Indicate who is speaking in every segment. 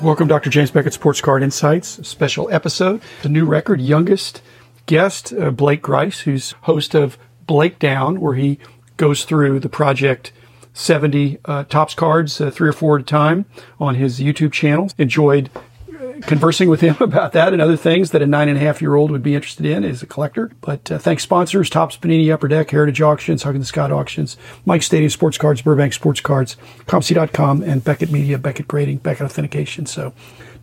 Speaker 1: Welcome, Dr. James Beckett, Sports Card Insights, a special episode. The new record, youngest guest, uh, Blake Grice, who's host of Blake Down, where he goes through the Project 70 uh, Tops cards, uh, three or four at a time, on his YouTube channel. Enjoyed uh, conversing with him about that and other things that a nine and a half year old would be interested in as a collector. But uh, thanks sponsors, Tops Panini, Upper Deck, Heritage Auctions, Huggins Scott Auctions, Mike Stadium Sports Cards, Burbank Sports Cards, Compsy.com, and Beckett Media, Beckett Grading, Beckett Authentication. So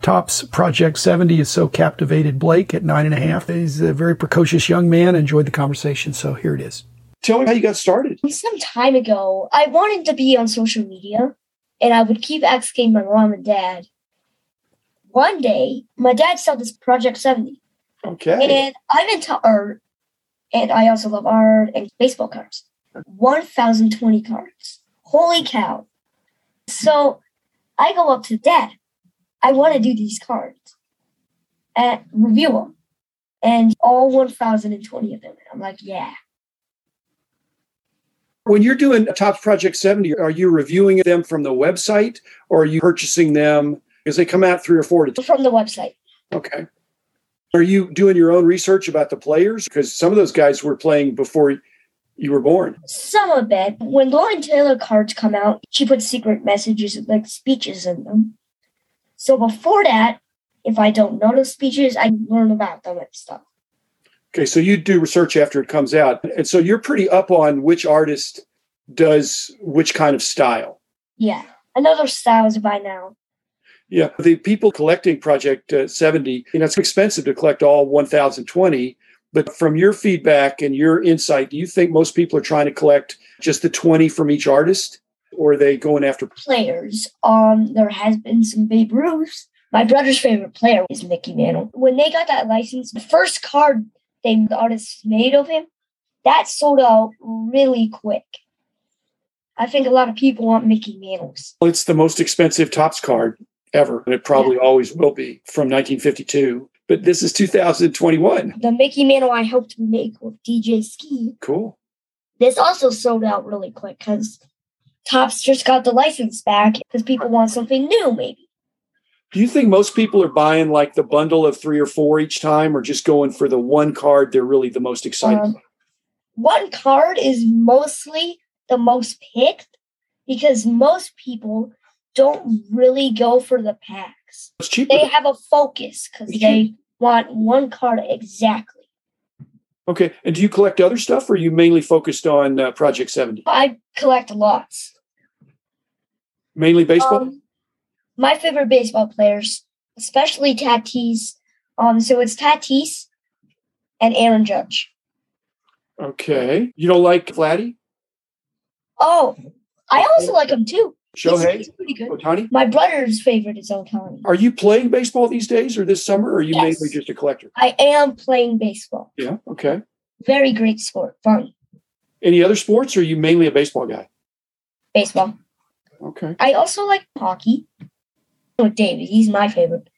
Speaker 1: Tops Project 70 is so captivated Blake at nine and a half. He's a very precocious young man. Enjoyed the conversation. So here it is. Tell me how you got started.
Speaker 2: Some time ago, I wanted to be on social media, and I would keep asking my mom and dad. One day, my dad saw this Project 70,
Speaker 1: Okay.
Speaker 2: and I'm into art, and I also love art and baseball cards. 1,020 cards. Holy cow. So I go up to dad. I want to do these cards and review them. And all 1,020 of them. And I'm like, yeah.
Speaker 1: When you're doing Tops Project 70, are you reviewing them from the website or are you purchasing them? Because they come out three or four. To
Speaker 2: From the website.
Speaker 1: okay. Are you doing your own research about the players? Because some of those guys were playing before you were born.
Speaker 2: Some of it. When Lauren Taylor cards come out, she puts secret messages like speeches in them. So before that, if I don't know the speeches, I learn about them and stuff.
Speaker 1: Okay, so you do research after it comes out. And so you're pretty up on which artist does which kind of style.
Speaker 2: Yeah. I know those styles by now.
Speaker 1: Yeah, the people collecting Project uh, 70, you know, it's expensive to collect all 1,020. But from your feedback and your insight, do you think most people are trying to collect just the 20 from each artist? Or are they going after?
Speaker 2: Players. Um, there has been some Babe Ruths. My brother's favorite player is Mickey Mantle. When they got that license, the first card they the artists made of him, that sold out really quick. I think a lot of people want Mickey Mantles.
Speaker 1: Well, it's the most expensive Topps card ever, and it probably always will be from 1952. But this is 2021.
Speaker 2: the Mickey Mantle I helped make with DJ Ski.
Speaker 1: Cool.
Speaker 2: This also sold out really quick because Tops just got the license back because people want something new, maybe.
Speaker 1: Do you think most people are buying like the bundle of three or four each time, or just going for the one card they're really the most excited
Speaker 2: Um, one card is mostly the most picked because most people don't really go for the packs.
Speaker 1: It's cheaper.
Speaker 2: They have a focus because they want one card exactly.
Speaker 1: Okay. And do you collect other stuff or are you mainly focused on uh, Project 70?
Speaker 2: I collect lots.
Speaker 1: Mainly baseball?
Speaker 2: Um, my favorite baseball players, especially Tatis. Um, so it's Tatis and Aaron Judge.
Speaker 1: okay. You don't like Vladdy?
Speaker 2: Oh, I also like him too. He's-
Speaker 1: Shohei?
Speaker 2: he's pretty good.
Speaker 1: Otani?
Speaker 2: My brother's favorite is Otani.
Speaker 1: Are you playing baseball these days or this summer or are you
Speaker 2: Yes.
Speaker 1: mainly just a collector?
Speaker 2: I am playing baseball.
Speaker 1: Yeah. Okay.
Speaker 2: Very great sport. Fun
Speaker 1: Any other sports or are you mainly a baseball guy?
Speaker 2: baseball.
Speaker 1: Okay.
Speaker 2: I also like hockey. With David, he's my favorite.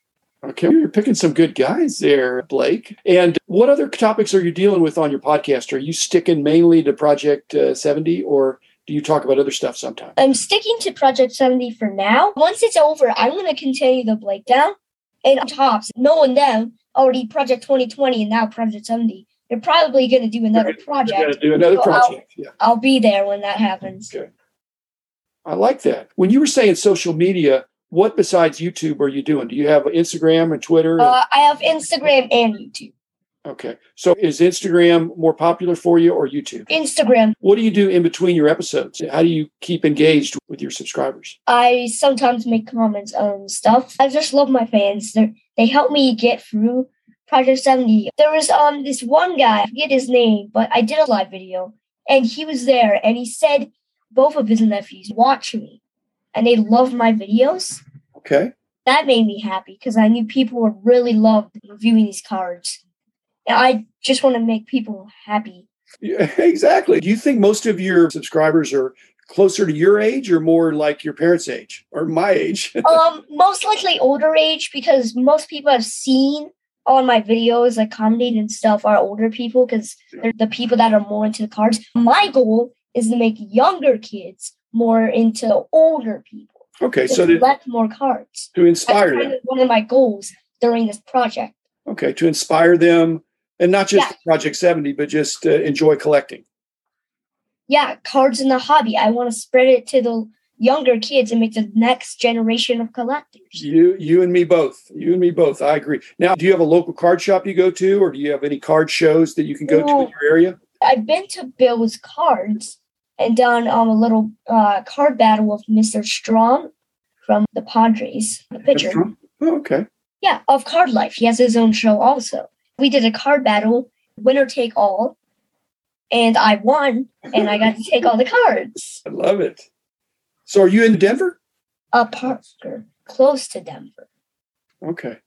Speaker 1: Okay. You're picking some good guys there, Blake. And what other topics are you dealing with on your podcast? Are you sticking mainly to Project uh, 70 or do you talk about other stuff sometimes?
Speaker 2: I'm Um, sticking to Project 70 for now. Once it's over, I'm going to continue the breakdown. And tops, knowing them, already Project 2020 and now Project 70, they're probably going to do another
Speaker 1: You're going
Speaker 2: project.
Speaker 1: to do another
Speaker 2: Well, I'll-
Speaker 1: project. Yeah.
Speaker 2: I'll be there when that happens.
Speaker 1: I like that. When you were saying social media, what besides YouTube are you doing? Do you have Instagram and Twitter? and-
Speaker 2: Uh, I have Instagram and YouTube.
Speaker 1: okay. So is Instagram more popular for you or YouTube?
Speaker 2: Instagram,
Speaker 1: What do you do in between your episodes? How do you keep engaged with your subscribers?
Speaker 2: I sometimes make comments on stuff. I just love my fans. They're, they help me get through Project 70. There was um this one guy, I forget his name, but I did a live video and he was there and he said both of his nephews watch me and they love my videos.
Speaker 1: Okay.
Speaker 2: That made me happy because I knew people were really loved reviewing these cards. And I just want to make people happy.
Speaker 1: Yeah, exactly. Do you think most of your subscribers are closer to your age or more like your parents' age or my age?
Speaker 2: um, most likely older age because most people I've seen on my videos, like commenting and stuff, are older people because they're the people that are more into the
Speaker 1: Mm-hmm.
Speaker 2: cards. My goal is to make younger kids more into older people.
Speaker 1: Okay,
Speaker 2: to
Speaker 1: so did,
Speaker 2: collect more cards.
Speaker 1: to
Speaker 2: That's
Speaker 1: inspire
Speaker 2: kind
Speaker 1: them.
Speaker 2: of one of my goals during this project.
Speaker 1: Okay, to inspire them, and not just
Speaker 2: Yeah.
Speaker 1: Project Seventy, but just uh, enjoy collecting.
Speaker 2: Yeah, cards in the hobby. I want to spread it to the younger kids and make the next generation of collectors.
Speaker 1: You, you and me both. You and me both. I agree. Now, do you have a local card shop you go to, or do you have any card shows that you can go to in
Speaker 2: No.
Speaker 1: your area?
Speaker 2: I've been to Bill's Cards and done um, a little uh, card battle with Mr. Strong from the Padres, the pitcher.
Speaker 1: Oh, okay.
Speaker 2: Yeah, of Card Life. He has his own show also. We did a card battle, winner take all, and I won, and I got to take all the cards.
Speaker 1: I love it. So, are you in Denver?
Speaker 2: A Parker, close to Denver.
Speaker 1: Okay.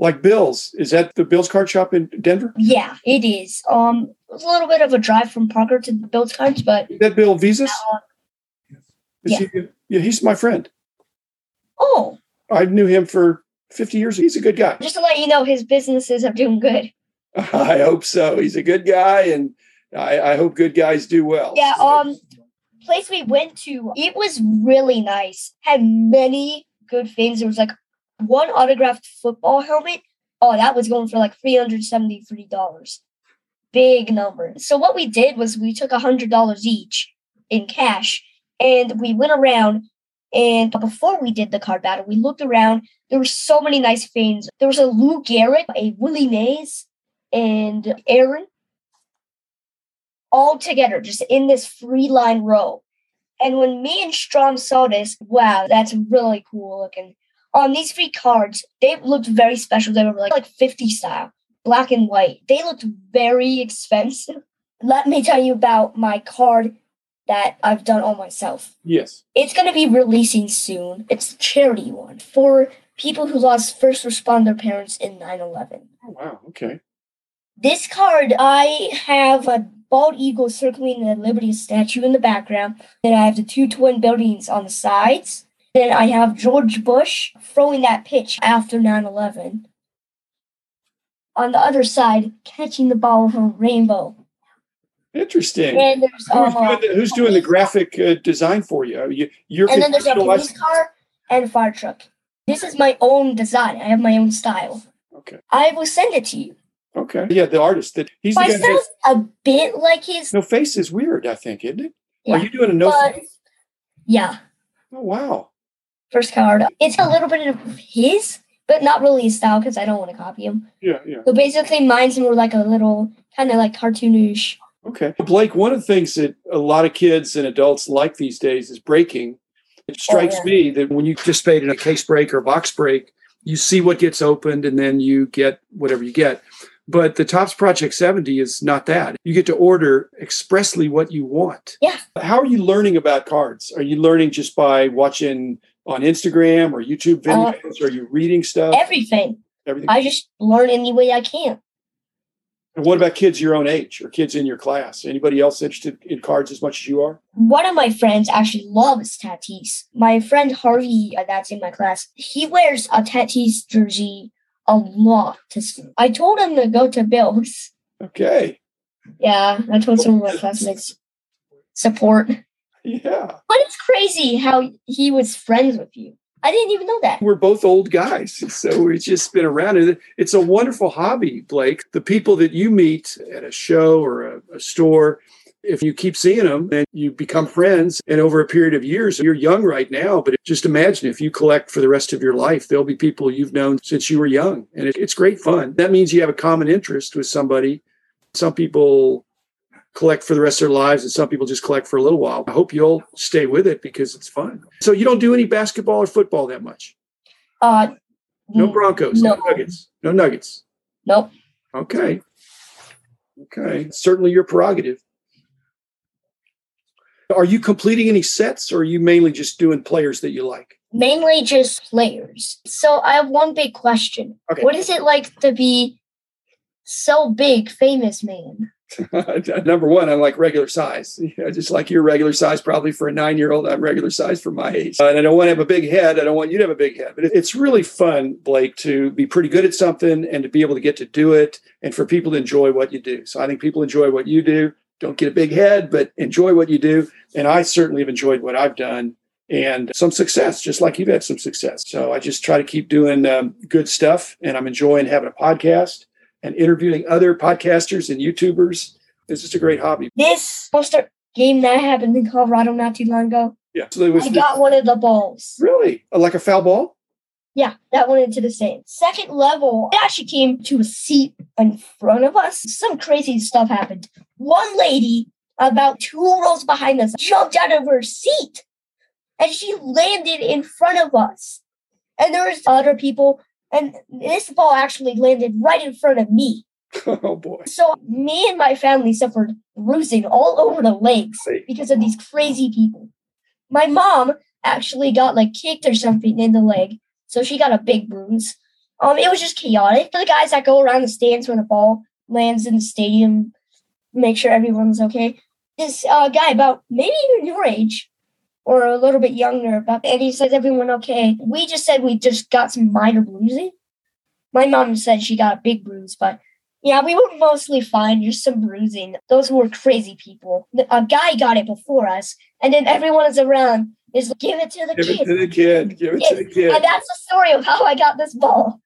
Speaker 1: Like Bill's, is that the Bill's card shop in Denver?
Speaker 2: Yeah, it is. Um, it was a little bit of a drive from Parker to Bill's Cards, but
Speaker 1: Is that Bill Visas? Is
Speaker 2: Uh, Yeah.
Speaker 1: He, yeah, he's my friend.
Speaker 2: oh,
Speaker 1: I knew him for 50 years. He's a good guy.
Speaker 2: just to let you know, his businesses are doing good.
Speaker 1: I hope so. He's a good guy, and I, I hope good guys do well.
Speaker 2: Yeah,
Speaker 1: So-
Speaker 2: um, place we went to, it was really nice. Had many good things. There was like one autographed football helmet. Oh, that was going for like three hundred seventy-three dollars. Big number. So what we did was we took hundred dollars each in cash, and we went around. And before we did the card battle, we looked around. There were so many nice things. There was a Lou Garrett, a Willie Mays, and Aaron all together, just in this free line row. And when me and Strom saw this, wow, that's really cool looking. On these three cards, they looked very special. They were like, like 50 style, black and white. They looked very expensive. Let me tell you about my card that I've done all myself.
Speaker 1: Yes.
Speaker 2: It's going to be releasing soon. It's a charity one for people who lost first responder parents in 9 11.
Speaker 1: Oh, wow. Okay.
Speaker 2: This card, I have a bald eagle circling the Liberty statue in the background. Then I have the two twin buildings on the sides. Then I have George Bush throwing that pitch after 9 11. On the other side, catching the ball with a rainbow.
Speaker 1: Interesting.
Speaker 2: And there's um,
Speaker 1: who's, doing
Speaker 2: a,
Speaker 1: the, who's doing the graphic uh, design for you? Are you you're
Speaker 2: and then there's a police
Speaker 1: conceptualizing-
Speaker 2: car and a fire truck. This is my own design. I have my own style.
Speaker 1: Okay.
Speaker 2: I will send it to you.
Speaker 1: Okay. Yeah, the artist that he's the
Speaker 2: My
Speaker 1: guy that has,
Speaker 2: style's a bit like his,
Speaker 1: no face is weird. I think, isn't it? Are
Speaker 2: Yeah.
Speaker 1: you doing a no?
Speaker 2: but yeah.
Speaker 1: oh wow.
Speaker 2: first card. It's a little bit of his, but not really his style because I don't want to copy him.
Speaker 1: Yeah, yeah.
Speaker 2: So basically, mine's more like a little kind of like cartoonish.
Speaker 1: Okay. Blake, one of the things that a lot of kids and adults like these days is breaking. It strikes
Speaker 2: Oh, yeah.
Speaker 1: me that when you participate in a case break or box break, you see what gets opened and then you get whatever you get. But the Tops Project 70 is not that. You get to order expressly what you want.
Speaker 2: Yeah.
Speaker 1: How are you learning about cards? Are you learning just by watching on Instagram or YouTube
Speaker 2: Uh,
Speaker 1: videos? are you reading stuff?
Speaker 2: Everything.
Speaker 1: Everything.
Speaker 2: I just learn any way I can.
Speaker 1: and what about kids your own age or kids in your class? Anybody else interested in cards as much as you are?
Speaker 2: One of my friends actually loves Tatis. My friend Harvey, uh, that's in my class, he wears a Tatis jersey a lot to school. I told him to go to Bills.
Speaker 1: Okay.
Speaker 2: Yeah, I told some of my classmates support.
Speaker 1: Yeah.
Speaker 2: But it's crazy how he was friends with you. I didn't even know that.
Speaker 1: we're both old guys, so we've just been around. And it's a wonderful hobby, Blake. The people that you meet at a show or a, a store, if you keep seeing them and you become friends, and over a period of years, you're young right now, but just imagine if you collect for the rest of your life, there'll be people you've known since you were young, and it, it's great fun. That means you have a common interest with somebody. Some people collect for the rest of their lives and some people just collect for a little while. I hope you'll stay with it because it's fun. So you don't do any basketball or football that much?
Speaker 2: Uh,
Speaker 1: No Broncos. No.
Speaker 2: No.
Speaker 1: Nuggets. No Nuggets.
Speaker 2: Nope.
Speaker 1: Okay. Okay. Certainly your prerogative. Are you completing any sets or are you mainly just doing players that you like?
Speaker 2: Mainly just players. So I have one big question.
Speaker 1: Okay.
Speaker 2: What is it like to be so big, famous man?
Speaker 1: Number one, I like regular size. Yeah, just like your regular size, probably for a nine year old, I'm regular size for my age. And I don't want to have a big head. I don't want you to have a big head. But it- it's really fun, Blake, to be pretty good at something and to be able to get to do it and for people to enjoy what you do. So I think people enjoy what you do. Don't get a big head, but enjoy what you do. And I certainly have enjoyed what I've done. and some success, just like you've had some success. So I just try to keep doing um, good stuff, and I'm enjoying having a podcast and interviewing other podcasters and YouTubers. It's just a great hobby.
Speaker 2: This poster game that happened in Colorado not too long ago,
Speaker 1: Yeah. So there was
Speaker 2: I
Speaker 1: the-
Speaker 2: got one of the balls.
Speaker 1: really Uh, like a foul ball.
Speaker 2: Yeah, that went into the same. Second level, it actually came to a seat in front of us. Some crazy stuff happened. One lady, about two rows behind us, jumped out of her seat and she landed in front of us. And there was other people, and this ball actually landed right in front of me.
Speaker 1: Oh boy.
Speaker 2: So me and my family suffered bruising all over the legs
Speaker 1: See.
Speaker 2: because of these crazy people. My mom actually got like kicked or something in the leg, so she got a big bruise. Um, it was just chaotic. The guys that go around the stands when a ball lands in the stadium, make sure everyone's okay. This uh, guy, about maybe even your age or a little bit younger, about and he says everyone okay. We just said we just got some minor bruising. My mom said she got a big bruise, but yeah, we were mostly fine, just some bruising. Those were crazy people. The- A guy got it before us, and then everyone is around is like, give it to the
Speaker 1: Give it
Speaker 2: kid.
Speaker 1: to the kid. Give it to the kid.
Speaker 2: And that's the story of how I got this ball.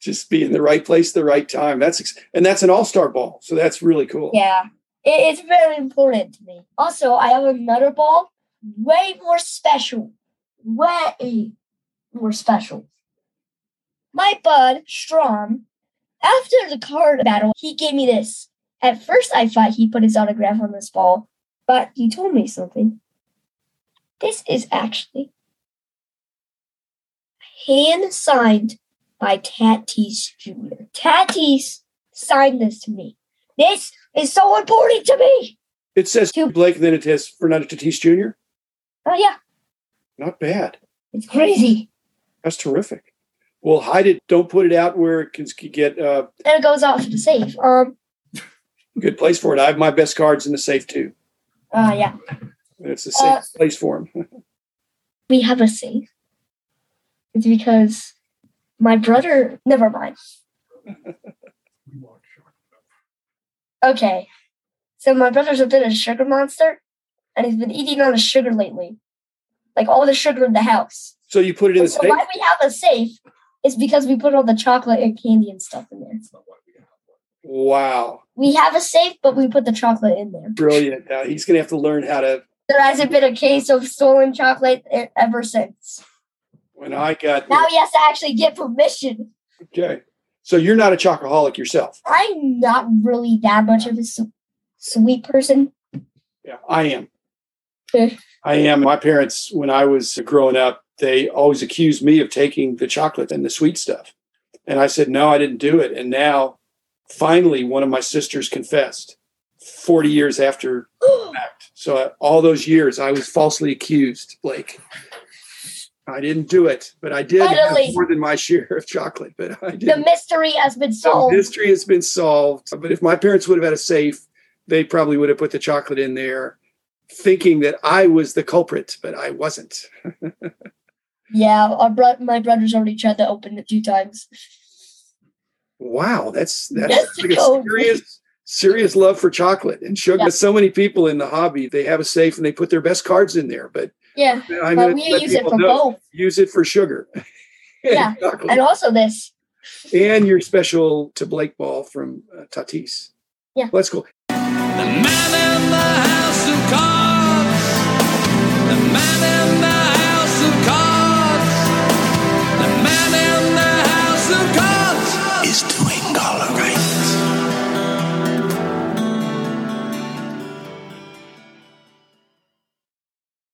Speaker 1: Just be in the right place, the right time. That's ex- and that's an all-star ball. So that's really cool.
Speaker 2: Yeah, it, it's very important to me. Also, I have another ball, way more special, way more special. My bud Strom, after the card battle, he gave me this. At first, I thought he put his autograph on this ball, but he told me something. This is actually hand signed by Tatis Jr. Tatis signed this to me. This is so important to me.
Speaker 1: It says
Speaker 2: Two.
Speaker 1: Blake, then it has Fernando Tatis Jr.
Speaker 2: Oh yeah,
Speaker 1: Not bad.
Speaker 2: it's crazy.
Speaker 1: That's terrific. Well, hide it. Don't put it out where it can can get uh,
Speaker 2: And it goes off to the safe. Um.
Speaker 1: a good place for it. I have my best cards in the safe too.
Speaker 2: Uh, yeah,
Speaker 1: And it's a safe
Speaker 2: Uh,
Speaker 1: place for them.
Speaker 2: we have a safe. It's because my brother. Never mind. Okay, so my brother's a bit of a sugar monster, and he's been eating all the sugar lately, like all the sugar in the house.
Speaker 1: So you put it in the
Speaker 2: so
Speaker 1: safe.
Speaker 2: why we have a safe is because we put all the chocolate and candy and stuff in there.
Speaker 1: Wow,
Speaker 2: We have a safe, but we put the chocolate in there.
Speaker 1: brilliant! Now he's going to have to learn how to.
Speaker 2: There hasn't been a case of stolen chocolate e- ever since.
Speaker 1: When I got
Speaker 2: Now he has to actually get permission.
Speaker 1: okay, so you're not a chocoholic yourself.
Speaker 2: I'm not really that much of a su- sweet person.
Speaker 1: Yeah, I am.
Speaker 2: Okay.
Speaker 1: I am. My parents, when I was growing up, they always accused me of taking the chocolate and the sweet stuff. And I said, no, I didn't do it. And now, finally, one of my sisters confessed 40 years after the fact. So, uh, all those years, I was falsely accused, Blake. I didn't do it, but I did have
Speaker 2: Finally.
Speaker 1: more than my share of chocolate. But I
Speaker 2: the
Speaker 1: did.
Speaker 2: mystery has been
Speaker 1: So
Speaker 2: solved.
Speaker 1: mystery has been solved. But if my parents would have had a safe, they probably would have put the chocolate in there, thinking that I was the culprit, but I wasn't.
Speaker 2: yeah, our bro- my brother's already tried to open it two times.
Speaker 1: Wow, that's
Speaker 2: That's
Speaker 1: that's like a
Speaker 2: so
Speaker 1: serious serious love for chocolate and sugar.
Speaker 2: Yeah.
Speaker 1: So many people in the hobby they have a safe and they put their best cards in there, but
Speaker 2: Yeah,
Speaker 1: I'm
Speaker 2: but
Speaker 1: going
Speaker 2: we
Speaker 1: to let
Speaker 2: use it
Speaker 1: people
Speaker 2: for
Speaker 1: know
Speaker 2: both.
Speaker 1: use it for sugar. and
Speaker 2: Yeah,
Speaker 1: chocolate.
Speaker 2: And also this.
Speaker 1: and your special to Blake ball from uh, Tatis.
Speaker 2: Yeah.
Speaker 1: Well, that's cool.
Speaker 3: The man in the house who called.